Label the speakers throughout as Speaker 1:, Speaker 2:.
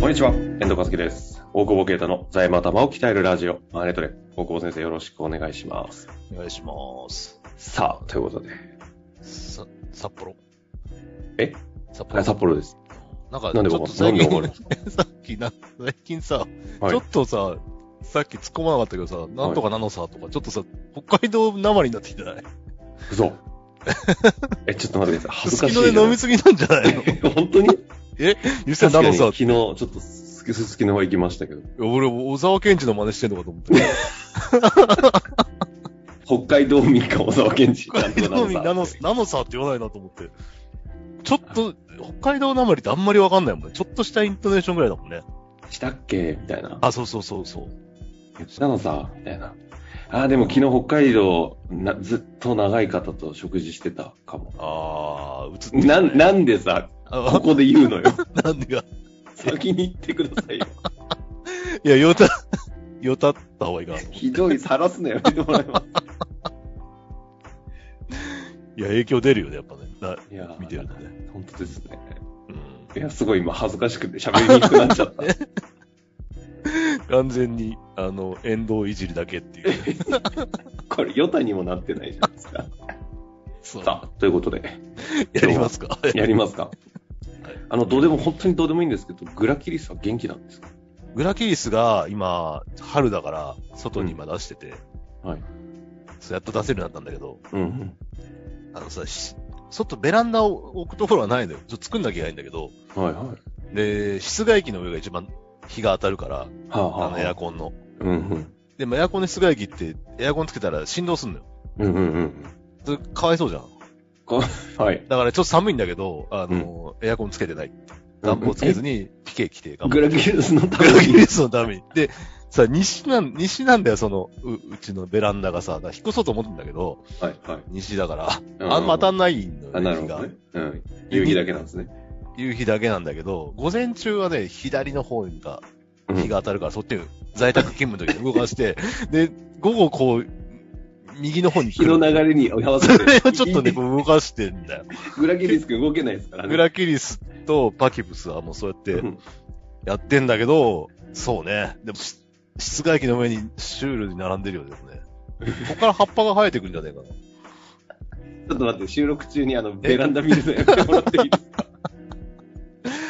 Speaker 1: こんにちは、遠藤和樹です。大久保啓太の財務頭を鍛えるラジオ、マネトレ。大久保先生、よろしくお願いします。
Speaker 2: お願いします。
Speaker 1: さあ、ということで。
Speaker 2: さ、札幌
Speaker 1: え
Speaker 2: 札幌
Speaker 1: あ札幌です。
Speaker 2: なんか、
Speaker 1: なんで
Speaker 2: ち
Speaker 1: わ
Speaker 2: ょっ
Speaker 1: か
Speaker 2: と
Speaker 1: んない
Speaker 2: 最
Speaker 1: なんでわかん
Speaker 2: 近、さっきな、最近さ、
Speaker 1: はい
Speaker 2: ちょっとさ、さっき突っ込まなかったけどさ、なんとかなのさとか、ちょっとさ、北海道なまりになってきてない
Speaker 1: 嘘。え、ちょっと待ってください。恥ず
Speaker 2: す
Speaker 1: か
Speaker 2: き
Speaker 1: し
Speaker 2: の
Speaker 1: い
Speaker 2: で
Speaker 1: じゃ
Speaker 2: 飲
Speaker 1: ないで
Speaker 2: み
Speaker 1: す
Speaker 2: すぎなんじゃないの
Speaker 1: か。 本当に
Speaker 2: ゆさ
Speaker 1: 確か
Speaker 2: なの
Speaker 1: に
Speaker 2: さ
Speaker 1: 昨、日、ちょっとす、すすすきの方行きましたけど。
Speaker 2: 俺、小沢健二の真似してんのかと思って。
Speaker 1: 北海道民か小沢健二。
Speaker 2: 北海道民
Speaker 1: な
Speaker 2: なん
Speaker 1: とかな
Speaker 2: の
Speaker 1: んと、か
Speaker 2: なのさって言わないなと思って。ちょっと、北海道なまりってあんまりわかんないもんね。ちょっとしたイントネーションぐらいだもんね。
Speaker 1: したっけみたいな。
Speaker 2: あ、そうそうそうそう。
Speaker 1: 言ったのさ、みたいな。ああ、でも昨日北海道な、ずっと長い方と食事してたかも。
Speaker 2: あー、映ってる
Speaker 1: な、なんでさ、こ
Speaker 2: あ
Speaker 1: こで言うのよ。
Speaker 2: なんでか。
Speaker 1: 先に行ってくださいよ。
Speaker 2: いや、 よた、よたった方がいいかなと思 う。
Speaker 1: ひどい、さらすのやめてもらえま
Speaker 2: いや、影響出るよね、やっぱね。な
Speaker 1: す。いやー
Speaker 2: 見てるとね。
Speaker 1: 本当ですね。
Speaker 2: うん。
Speaker 1: いや、すごい今恥ずかしくて喋りにくくなっちゃ った。
Speaker 2: 完全に、あの、遠藤いじりだけっていう。
Speaker 1: これ、ヨタにもなってないじゃないです か。
Speaker 2: そ
Speaker 1: さあ、ということで、
Speaker 2: やりますか。
Speaker 1: やり ますか。あの、どうでも、本当にどうでもいいんですけど、グラキリスは元気なんですか
Speaker 2: グラキリスが今、春だから、外に今出してて、
Speaker 1: はい。
Speaker 2: そうやっと出せるようになったんだけど、
Speaker 1: うんうん。
Speaker 2: あのさ、し外ベランダを置くところはないのよ。ちょっと作んなきゃいけないんだけど、
Speaker 1: はいはい。
Speaker 2: で、室外機の上が一番日が当たるから、
Speaker 1: はあ、は
Speaker 2: あ
Speaker 1: あ、
Speaker 2: のエアコンの。
Speaker 1: うんうん。
Speaker 2: でもエアコンの室外機って、エアコンつけたら振動すんのよ。
Speaker 1: うんうんうん。
Speaker 2: それかわいそうじゃん。
Speaker 1: はい。
Speaker 2: だからちょっと寒いんだけど、あの、エアコンつけてない。暖房つけずに、ピケ着て頑張
Speaker 1: グ
Speaker 2: る。
Speaker 1: ラキリスのた
Speaker 2: グラ
Speaker 1: め
Speaker 2: キ
Speaker 1: に。
Speaker 2: リスのために。で、さ、西なん、西なんだよ、その、う、うちのベランダがさ、だから引っ越そうと思うんだけど、
Speaker 1: はいはい。
Speaker 2: 西だから、
Speaker 1: うん
Speaker 2: あんま当たんないの
Speaker 1: あ、
Speaker 2: よ、
Speaker 1: な
Speaker 2: ね、
Speaker 1: る
Speaker 2: 日
Speaker 1: ほど
Speaker 2: が
Speaker 1: ね。。うん。夕日だけなんですね。
Speaker 2: 夕日だけなんだけど、午前中はね、左の方が、
Speaker 1: うん
Speaker 2: 日が当たるから、そっちに在宅勤務の時に動かして、で、午後こう、右の方に来
Speaker 1: 日
Speaker 2: る
Speaker 1: の流れに合わせ
Speaker 2: それを
Speaker 1: て。
Speaker 2: ちょっとね、こう動かしてんだよ。
Speaker 1: グラキリス君動けないですからね。
Speaker 2: グラキリスとパキブスはもうそうやって、
Speaker 1: うん
Speaker 2: やってんだけど、そうね。でもし、室外機の上にシュールに並んでるようですね。ここから葉っぱが生えてくるんじゃねえかな。
Speaker 1: ちょっと待って、収録中にあの、ベランダ見るのやめてもらっていいですか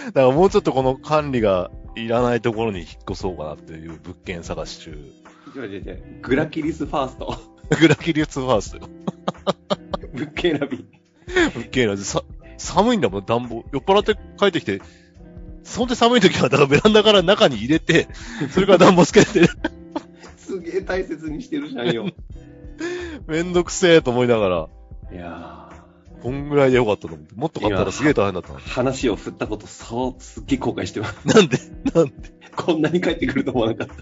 Speaker 2: だからもうちょっとこの管理がいらないところに引っ越そうかなっていう物件探し中。
Speaker 1: 違う違う違う グラキリスファースト。
Speaker 2: グラキリスファーストよ。
Speaker 1: 物件選び。
Speaker 2: 物件なんでさ、寒いんだもん、暖房。酔っ払って帰ってきて、そんで寒い時は、だからベランダから中に入れて、それから暖房つけて、
Speaker 1: すげえ大切にしてるじゃん よ。
Speaker 2: めんどくせえと思いながら、
Speaker 1: いや
Speaker 2: こんぐらいでよかったと思って。もっと買ったらすげえ大変だった
Speaker 1: ー、
Speaker 2: な。
Speaker 1: 話を振ったこと、そう、すっげえ後悔してます。
Speaker 2: なんで、なん
Speaker 1: こんなに帰ってくると思わなかった。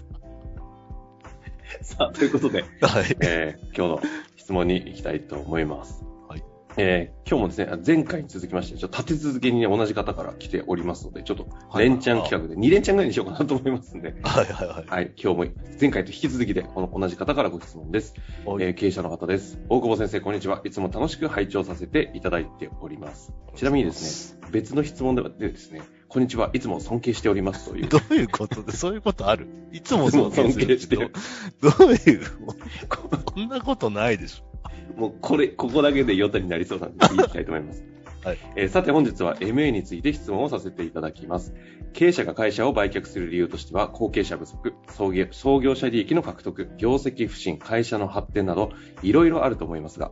Speaker 1: さあ、ということで、
Speaker 2: で、はい。
Speaker 1: えー今日の質問に行きたいと思います。
Speaker 2: はい
Speaker 1: えー今日もですね、あ前回に続きまして、ちょっと立て続けにね、同じ方から来ておりますので、ちょっと連チャン企画で2連チャンぐらいにしようかなと思いますんで、
Speaker 2: はいはいはい。
Speaker 1: はい、今日も前回と引き続きで、この同じ方からご質問です。
Speaker 2: はい
Speaker 1: えー経営者の方です。大久保先生、こんにちは。いつも楽しく拝聴させていただいております。ちなみにですね、別の質問ではですね、こんにちは。いつも尊敬しておりますという。
Speaker 2: どういうことで、そういうことあるいつも
Speaker 1: い
Speaker 2: 尊敬す
Speaker 1: つも尊敬
Speaker 2: る
Speaker 1: し
Speaker 2: してて
Speaker 1: る
Speaker 2: る。どういう、こんなことないでしょ。
Speaker 1: もうこれ、ここだけでヨタになりそう なんで、いきたいと思います。
Speaker 2: はい
Speaker 1: えーさて本日は MA について質問をさせていただきます。経営者が会社を売却する理由としては、後継者不足、創業創業者利益の獲得、業績不振、会社の発展など、いろいろあると思いますが、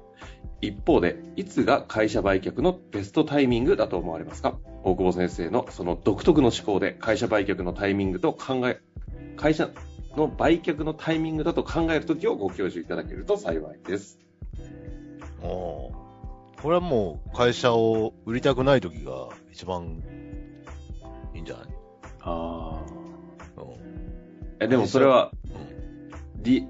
Speaker 1: 一方で、いつが会社売却のベストタイミングだと思われますか大久保先生のその独特の思考で、会社売却のタイミングと考え、会社の売却のタイミングだと考えるときをご教授いただけると幸いです。
Speaker 2: もう、これはもう会社を売りたくない時が一番いいんじゃない
Speaker 1: ああ。
Speaker 2: うん
Speaker 1: え、でもそれは
Speaker 2: う、
Speaker 1: り、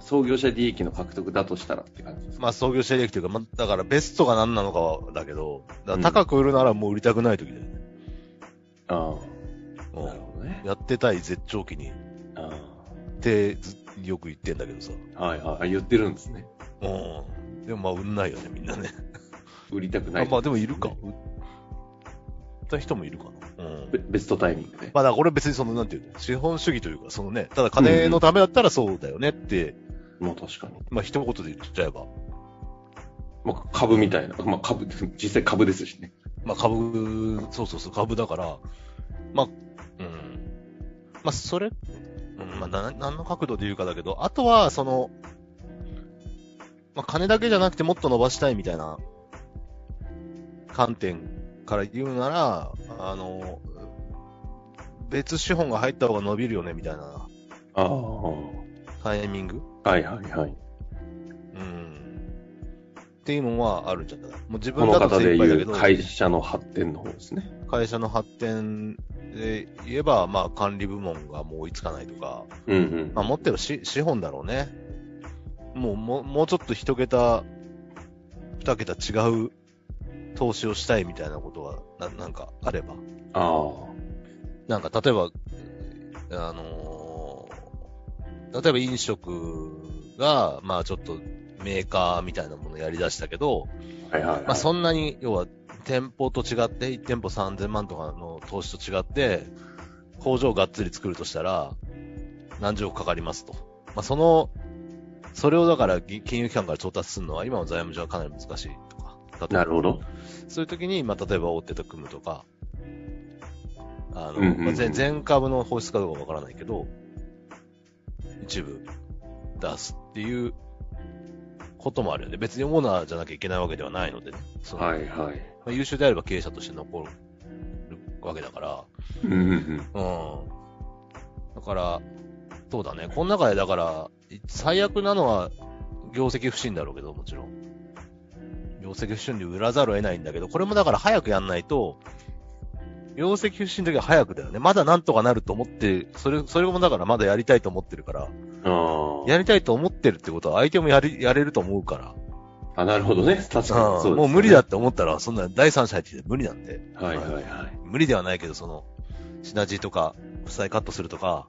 Speaker 1: 創業者利益の獲得だとしたらって感じですか。
Speaker 2: まあ創業者利益というか、まあ、だからベストが何なのかはだけど、だから高く売るならもう売りたくない時だよね。
Speaker 1: ああ。
Speaker 2: うん
Speaker 1: なるほどね。
Speaker 2: やってたい絶頂期にっ
Speaker 1: あ
Speaker 2: てずよく言ってんだけどさ。
Speaker 1: あ。はいはい。言ってるんですね。
Speaker 2: うん。でもまあ売んないよね、みんなね。
Speaker 1: 売りたくない。
Speaker 2: あまあでもいるか。った人もいるかな。うん。
Speaker 1: べベストタイミングで。
Speaker 2: まあだから俺別にその、なんていうの、資本主義というか、そのね、ただ金のためだったらそうだよねって、
Speaker 1: まあ確かに。
Speaker 2: まあ一言で言っちゃえば、
Speaker 1: まあ株みたいな。まあ株、 実際株ですしね。
Speaker 2: まあ株、そうそうそう、株だから、まあ、うん。まあそれ、うん、まあな何の角度で言うかだけど、あとはその、まあ金だけじゃなくてもっと伸ばしたいみたいな観点から言うなら、あの、別資本が入った方が伸びるよねみたいな
Speaker 1: ああ。は
Speaker 2: タイミング
Speaker 1: いはいはい。
Speaker 2: うんっていうのはあるんじゃないもう自
Speaker 1: こ
Speaker 2: 分
Speaker 1: の
Speaker 2: だと
Speaker 1: 方で
Speaker 2: 精一杯だ
Speaker 1: い
Speaker 2: け
Speaker 1: う
Speaker 2: ど、
Speaker 1: 会社の発展の方ですね。
Speaker 2: 会社の発展で言えば、まあ管理部門がもう追いつかないとか、
Speaker 1: うんうん。
Speaker 2: まあ持ってるし資本だろうね。もう、もうもうちょっと一桁、二桁違う投資をしたいみたいなことは、ななんかあれば。
Speaker 1: ああ。
Speaker 2: なんか例えば、あのー例えば飲食が、まあちょっとメーカーみたいなものをやり出したけど、
Speaker 1: はいはい、はい。
Speaker 2: まあ、そんなに、要は、店舗と違って、1店舗3000万とかの投資と違って、工場をがっつり作るとしたら、何十億かかりますと。まあ、その、それをだから、ぎ金融機関から調達するのは、今の財務上はかなり難しいとか。例えば
Speaker 1: なるほど。
Speaker 2: そういう時に、まあ、例えば大手と組むとか、あ
Speaker 1: うんう
Speaker 2: の、
Speaker 1: んうん
Speaker 2: まあ全全株の放出かどうかわからないけど、一部出すっていうこともあるよね。別にオーナーじゃなきゃいけないわけではないのでね。その
Speaker 1: はいはい。
Speaker 2: まあ、優秀であれば経営者として残るわけだから、
Speaker 1: うんうんうん。
Speaker 2: うん。だから、そうだね。この中で、だから、い最悪なのは、業績不振だろうけど、もちろん。業績不振で売らざるを得ないんだけど、これもだから早くやんないと、業績不振の時は早くだよね。まだなんとかなると思って、それ、それもだからまだやりたいと思ってるから、
Speaker 1: ああ。
Speaker 2: やりたいと思ってるってことは相手もやり、やれると思うから、
Speaker 1: あ、なるほどね。確かに。そうです、
Speaker 2: う
Speaker 1: ね。
Speaker 2: ん、もう無理だ。って思ったら、そんな第三者入ってきて無理なんで。
Speaker 1: はいはいはい。
Speaker 2: 無理ではないけど、その、シナジーとか、負債カットするとか、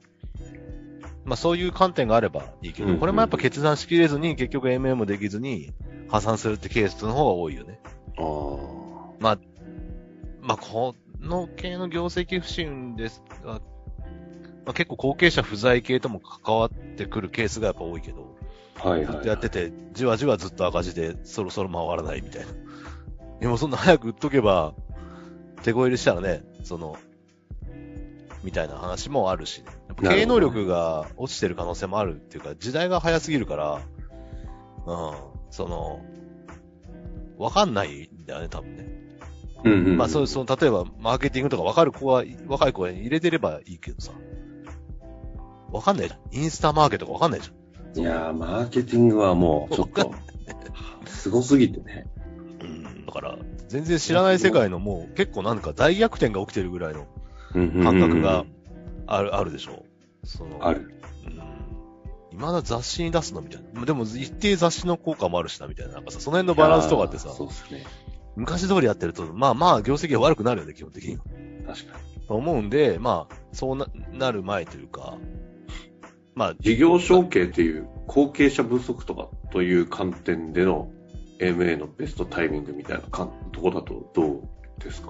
Speaker 2: まあそういう観点があればいいけ
Speaker 1: うんうん
Speaker 2: ど、
Speaker 1: うん
Speaker 2: これもやっぱ決断しきれずに、結局 MM できずに、破産するってケースの方が多いよね。
Speaker 1: あ
Speaker 2: まあこの系の業績不振ですが、まあ結構後継者不在系とも関わってくるケースがやっぱ多いけど、
Speaker 1: あ。はい
Speaker 2: ずっ
Speaker 1: はい。
Speaker 2: とやってて、じわじわずっと赤字で、そろそろ回らないみたいな。でもそんな早く売っとけば、手こ入れしたらね、その、みたいな話もあるし、ね、やっぱ経営能力が落ちてる可能性もあるっていうか、時代が早すぎるから、うん、その、わかんないんだよね、多分ね。
Speaker 1: うんうんうん。
Speaker 2: まあそう、その、例えば、マーケティングとかわかる子は、若い子は入れてればいいけどさ。わかんないじゃん。インスタマーケとかわかんないじゃん。
Speaker 1: いやー、マーケティングはもう、ちょっと、すごすぎてね。
Speaker 2: うんだから、全然知らない世界のもう結構なんか大逆転が起きてるぐらいの感
Speaker 1: 感
Speaker 2: 覚がある、あるでしょその、
Speaker 1: あ。る。
Speaker 2: うん。今だ雑誌に出すのみたいな。でも一定雑誌の効果もあるしな、みたいな。なんかさ、その辺のバランスとかってさ
Speaker 1: いやー、そうですね。
Speaker 2: 昔通りやってると、まあまあ業績が悪くなるよね、基本的には。
Speaker 1: 確かに。
Speaker 2: と思うんで、まあ、そうな、なる前というか、まあ、
Speaker 1: 事業承継っていう後継者不足とかという観点での MA のベストタイミングみたいなかんとこだとどうですか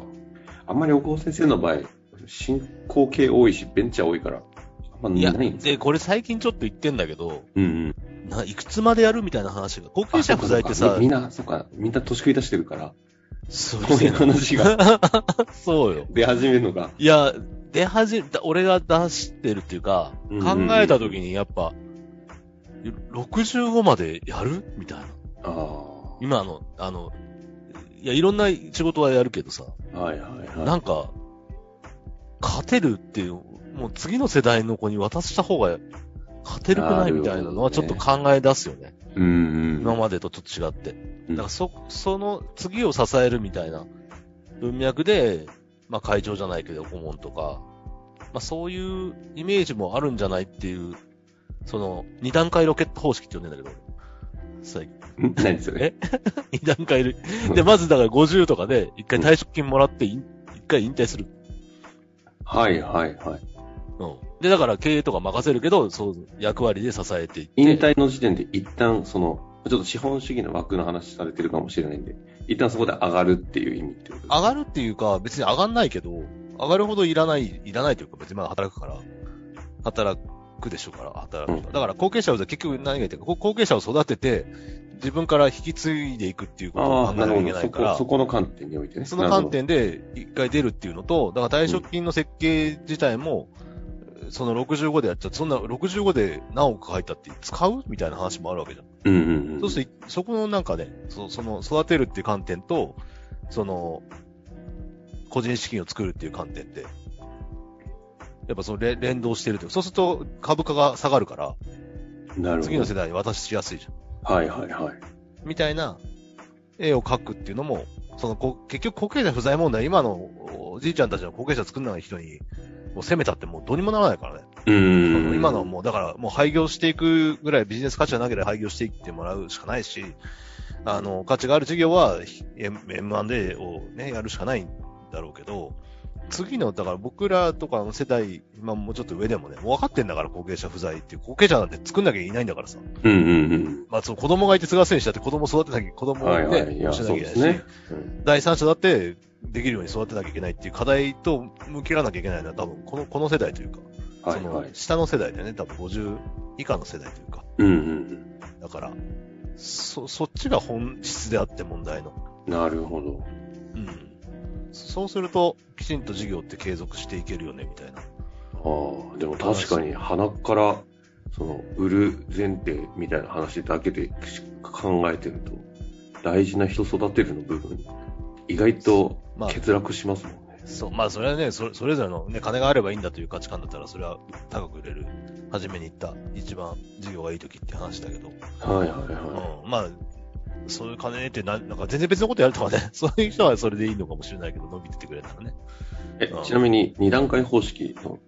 Speaker 1: あんまり横尾先生の場合、進行系多いし、ベンチャー多いから、あんま
Speaker 2: いや、
Speaker 1: ないんですよ。
Speaker 2: で、これ最近ちょっと言ってんだけど、
Speaker 1: うんうん。
Speaker 2: ないくつまでやるみたいな話が、後継者不在って
Speaker 1: あ
Speaker 2: さ
Speaker 1: み、みんな、そっか、みんな年食い出してるから、
Speaker 2: そう
Speaker 1: そういう話が
Speaker 2: そうよ。
Speaker 1: 出始めるのが。
Speaker 2: いや、出始め、だ俺が出してるっていうか、
Speaker 1: うん
Speaker 2: 考えた時にやっぱ、65までやるみたいな。
Speaker 1: あ
Speaker 2: 今あの、あの、いや、いろんな仕事はやるけどさ、
Speaker 1: あ。はいはいはい。
Speaker 2: なんか、勝てるっていう、もう次の世代の子に渡した方が勝てるくないみたいなのは
Speaker 1: なる
Speaker 2: ち
Speaker 1: ほ
Speaker 2: ょっ
Speaker 1: ど
Speaker 2: と
Speaker 1: ね
Speaker 2: 考え出すよね。
Speaker 1: うんう
Speaker 2: 今
Speaker 1: ん。
Speaker 2: までとちょっと違って。
Speaker 1: うん
Speaker 2: だからそ、その次を支えるみたいな文脈で、まあ会長じゃないけど顧問とか、まあそういうイメージもあるんじゃないっていう、その二段階ロケット方式って呼んでんだけど、最近
Speaker 1: ん何ですよね。
Speaker 2: 二段階で、で、まずだから50とかで一回退職金もらっていん、一回引退する。
Speaker 1: はいはいはい。
Speaker 2: うん。で、だから経営とか任せるけど、そう、役割で支えていって。
Speaker 1: 引退の時点で一旦、その、ちょっと資本主義の枠の話されてるかもしれないんで、一旦そこで上がるっていう意味ってことです
Speaker 2: 上がるっていうか、別に上がんないけど、上がるほどいらない、いらないというか、別にまだ働くから、働くでしょうから、働く。
Speaker 1: うん
Speaker 2: だから後継者を、結局何が言ってるか、こ後継者を育てて、自分から引き継いでいくっていうことを
Speaker 1: あ
Speaker 2: 考
Speaker 1: あ、な
Speaker 2: え
Speaker 1: る
Speaker 2: なきゃ
Speaker 1: ほ
Speaker 2: いけ
Speaker 1: ど。
Speaker 2: ない
Speaker 1: そ
Speaker 2: か
Speaker 1: こ、
Speaker 2: ら
Speaker 1: そ、この観点においてね。
Speaker 2: その観点で一回出るっていうのと、だから退職金の設計自体も、その65でやっちゃうそんな65で何億入ったって使うみたいな話もあるわけじゃん。
Speaker 1: なるほど。うんうんうん。
Speaker 2: そうすると、そこのなんかね、そその育てるっていう観点と、その、個人資金を作るっていう観点で、やっぱそのれ連動してるというかそうすると株価が下がるから、
Speaker 1: なるほど。
Speaker 2: 次の世代に渡しやすいじゃん。
Speaker 1: はいはいはい。
Speaker 2: みたいな絵を描くっていうのも、そのこ結局後継者不在問題、今のおじいちゃんたちの後継者作んない人に、もう攻めたってもうどうにもならないからね。
Speaker 1: うーん。
Speaker 2: 今のはもう、だからもう廃業していくぐらいビジネス価値がなければ廃業していってもらうしかないし、あの、価値がある事業は M- M&A をね、やるしかないんだろうけど、次の、だから僕らとかの世代、まあもうちょっと上でもね、もう分かってんだから後継者不在っていう、後継者なんて作んなきゃいないんだからさ。
Speaker 1: うんうんうん。
Speaker 2: まあその子供がいて継がせにしたって子供育てなきゃ、子供を
Speaker 1: はい
Speaker 2: ね、
Speaker 1: はい。いや、
Speaker 2: しなき
Speaker 1: そ
Speaker 2: ゃ
Speaker 1: う
Speaker 2: いけ
Speaker 1: で
Speaker 2: ない
Speaker 1: す
Speaker 2: し、
Speaker 1: ね。
Speaker 2: 第三者だってできるように育てなきゃいけないっていう課題と向き合わなきゃいけないのは多分この、この世代というか、
Speaker 1: は
Speaker 2: そ
Speaker 1: い
Speaker 2: の
Speaker 1: はい。
Speaker 2: 下の世代だよね、多分50以下の世代というか、
Speaker 1: うんうん
Speaker 2: だから、そ、そっちが本質であって問題の。
Speaker 1: うん。なるほど。
Speaker 2: うん。そうすると、きちんと事業って継続していけるよね、みたいな。
Speaker 1: ああ、でも確かに鼻から、その、売る前提みたいな話だけで考えてると、大事な人育てるの部分、意外と
Speaker 2: まあ、
Speaker 1: 欠落しますもんね。
Speaker 2: そう、まあ、それはね、それそれぞれのね、金があればいいんだという価値観だったら、それは高く売れる。初めに言った、一番事業がいい時って話だけど。
Speaker 1: はいはいは
Speaker 2: うん、まあ、そういう金ってな、なんか全然別のことやるとかね、 そういう人はそれでいいのかもしれないけど、伸びててくれたらね。
Speaker 1: い。え、ちなみに二段階方式の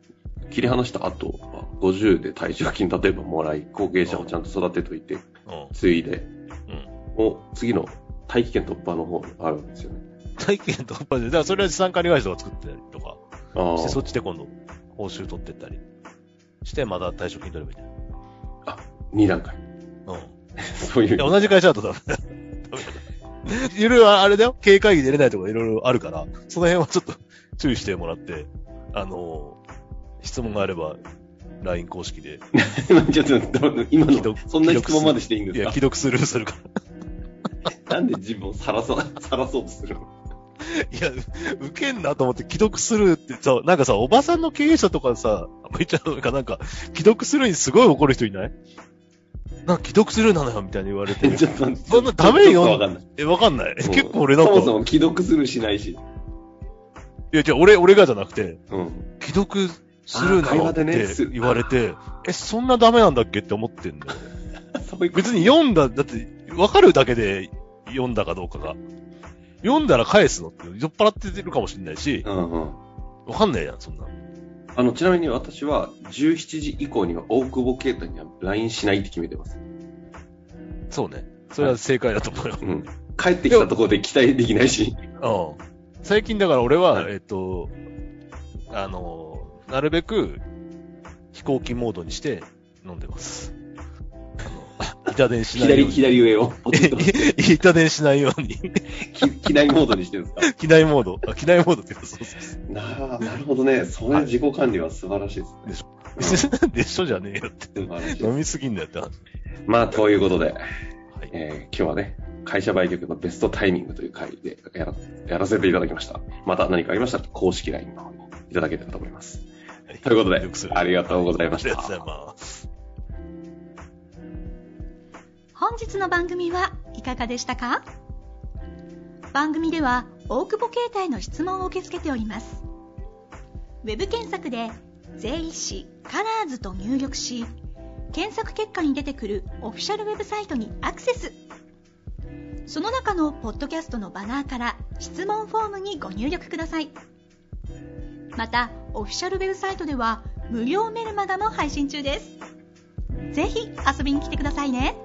Speaker 1: 切り離した後は、50で退職金例えばもらい、後継者をちゃんと育てといて、
Speaker 2: う
Speaker 1: ついで、
Speaker 2: う
Speaker 1: を次の大気圏突破の方にあるんですよね。
Speaker 2: ん。体験とかで、だからそれは資産管理会社が作ってたりとか、
Speaker 1: あ
Speaker 2: してそっ
Speaker 1: あ、
Speaker 2: ちで今度、報酬取ってったりして、また退職金取ればいいん
Speaker 1: 二段階。
Speaker 2: だよ。
Speaker 1: そうい
Speaker 2: うん。
Speaker 1: う
Speaker 2: いや、。同じ会社だとダメだ。ダメだ。いろいろあれだよ、経営会議出れないとかいろいろあるから、その辺はちょっと注意してもらって、あのー質問があれば、LINE 公式で、
Speaker 1: ちょっとどう、今
Speaker 2: 既
Speaker 1: の、
Speaker 2: 読
Speaker 1: そんな質問までしていいん
Speaker 2: い
Speaker 1: です
Speaker 2: や、
Speaker 1: か
Speaker 2: 既読スルーするから。
Speaker 1: なんで自分をさらそう、さらそうとするの。
Speaker 2: いや、う受けんなと思って既読するってさ、なんかさ、おばさんの経営者とかさ、あんま言っちゃうのかなんか、既読するにすごい怒る人いないなんか既読するなのよ、みたいに言われて
Speaker 1: ちょっと、
Speaker 2: そんなダメよ
Speaker 1: ちょっとわかんない。
Speaker 2: え、わかんない。結構俺なん
Speaker 1: そ
Speaker 2: か、
Speaker 1: もそも既読するしないし。
Speaker 2: いや、じゃ俺、俺がじゃなくて、
Speaker 1: うん。
Speaker 2: 既読するな
Speaker 1: あー会
Speaker 2: の
Speaker 1: 話
Speaker 2: って
Speaker 1: でねす
Speaker 2: 言われて、え、そんなダメなんだっけって思ってんだよ。
Speaker 1: そういうこと。
Speaker 2: 別に読んだ、だって、わかるだけで読んだかどうかが。読んだら返すのって、酔っ払ってるかもしれないし、
Speaker 1: うんうん。
Speaker 2: わかんないじゃん、そんなの。
Speaker 1: あの、ちなみに私は、17時以降には大久保啓太には LINE しないって決めてます。
Speaker 2: そうね。それは正解だと思うよ。
Speaker 1: うん。帰ってきたところで期待できないし。
Speaker 2: うん。最近だから俺は、
Speaker 1: はい
Speaker 2: えっと、あの、なるべく飛行機モードにして飲んでます。あの、板電しない
Speaker 1: 左、
Speaker 2: ように。
Speaker 1: 左上 を。 ポチッと
Speaker 2: 板電しないように。
Speaker 1: き機内モードにしてるんですか
Speaker 2: 機内モード。あ機内モードって言うかそうそうそ
Speaker 1: なあ、なるほどね。それ自己管理は素晴らしいですね。
Speaker 2: う。 でしょじゃねえよって。
Speaker 1: 素晴らしいです
Speaker 2: 飲みすぎんだよって話。
Speaker 1: まあ、ということで、
Speaker 2: はい。
Speaker 1: えー今日はね、会社売却のベストタイミングという回でやらやらせていただきました。また何かありましたら、公式 LINE の方にいただければと思います。ということで
Speaker 2: よくす、る
Speaker 1: ありがとうございま
Speaker 2: あ
Speaker 1: し
Speaker 2: りがとう
Speaker 1: た
Speaker 2: ご。ざいます。
Speaker 3: 本日の番組はいかがでしたか番組では大久保携帯の質問を受け付けておりますウェブ検索で「税理士カラーズと入力し検索結果に出てくるオフィシャルウェブサイトにアクセスその中のポッドキャストのバナーから質問フォームにご入力くださいまたオフィシャルウェブサイトでは無料メルマガも配信中ですぜひ遊びに来てくださいね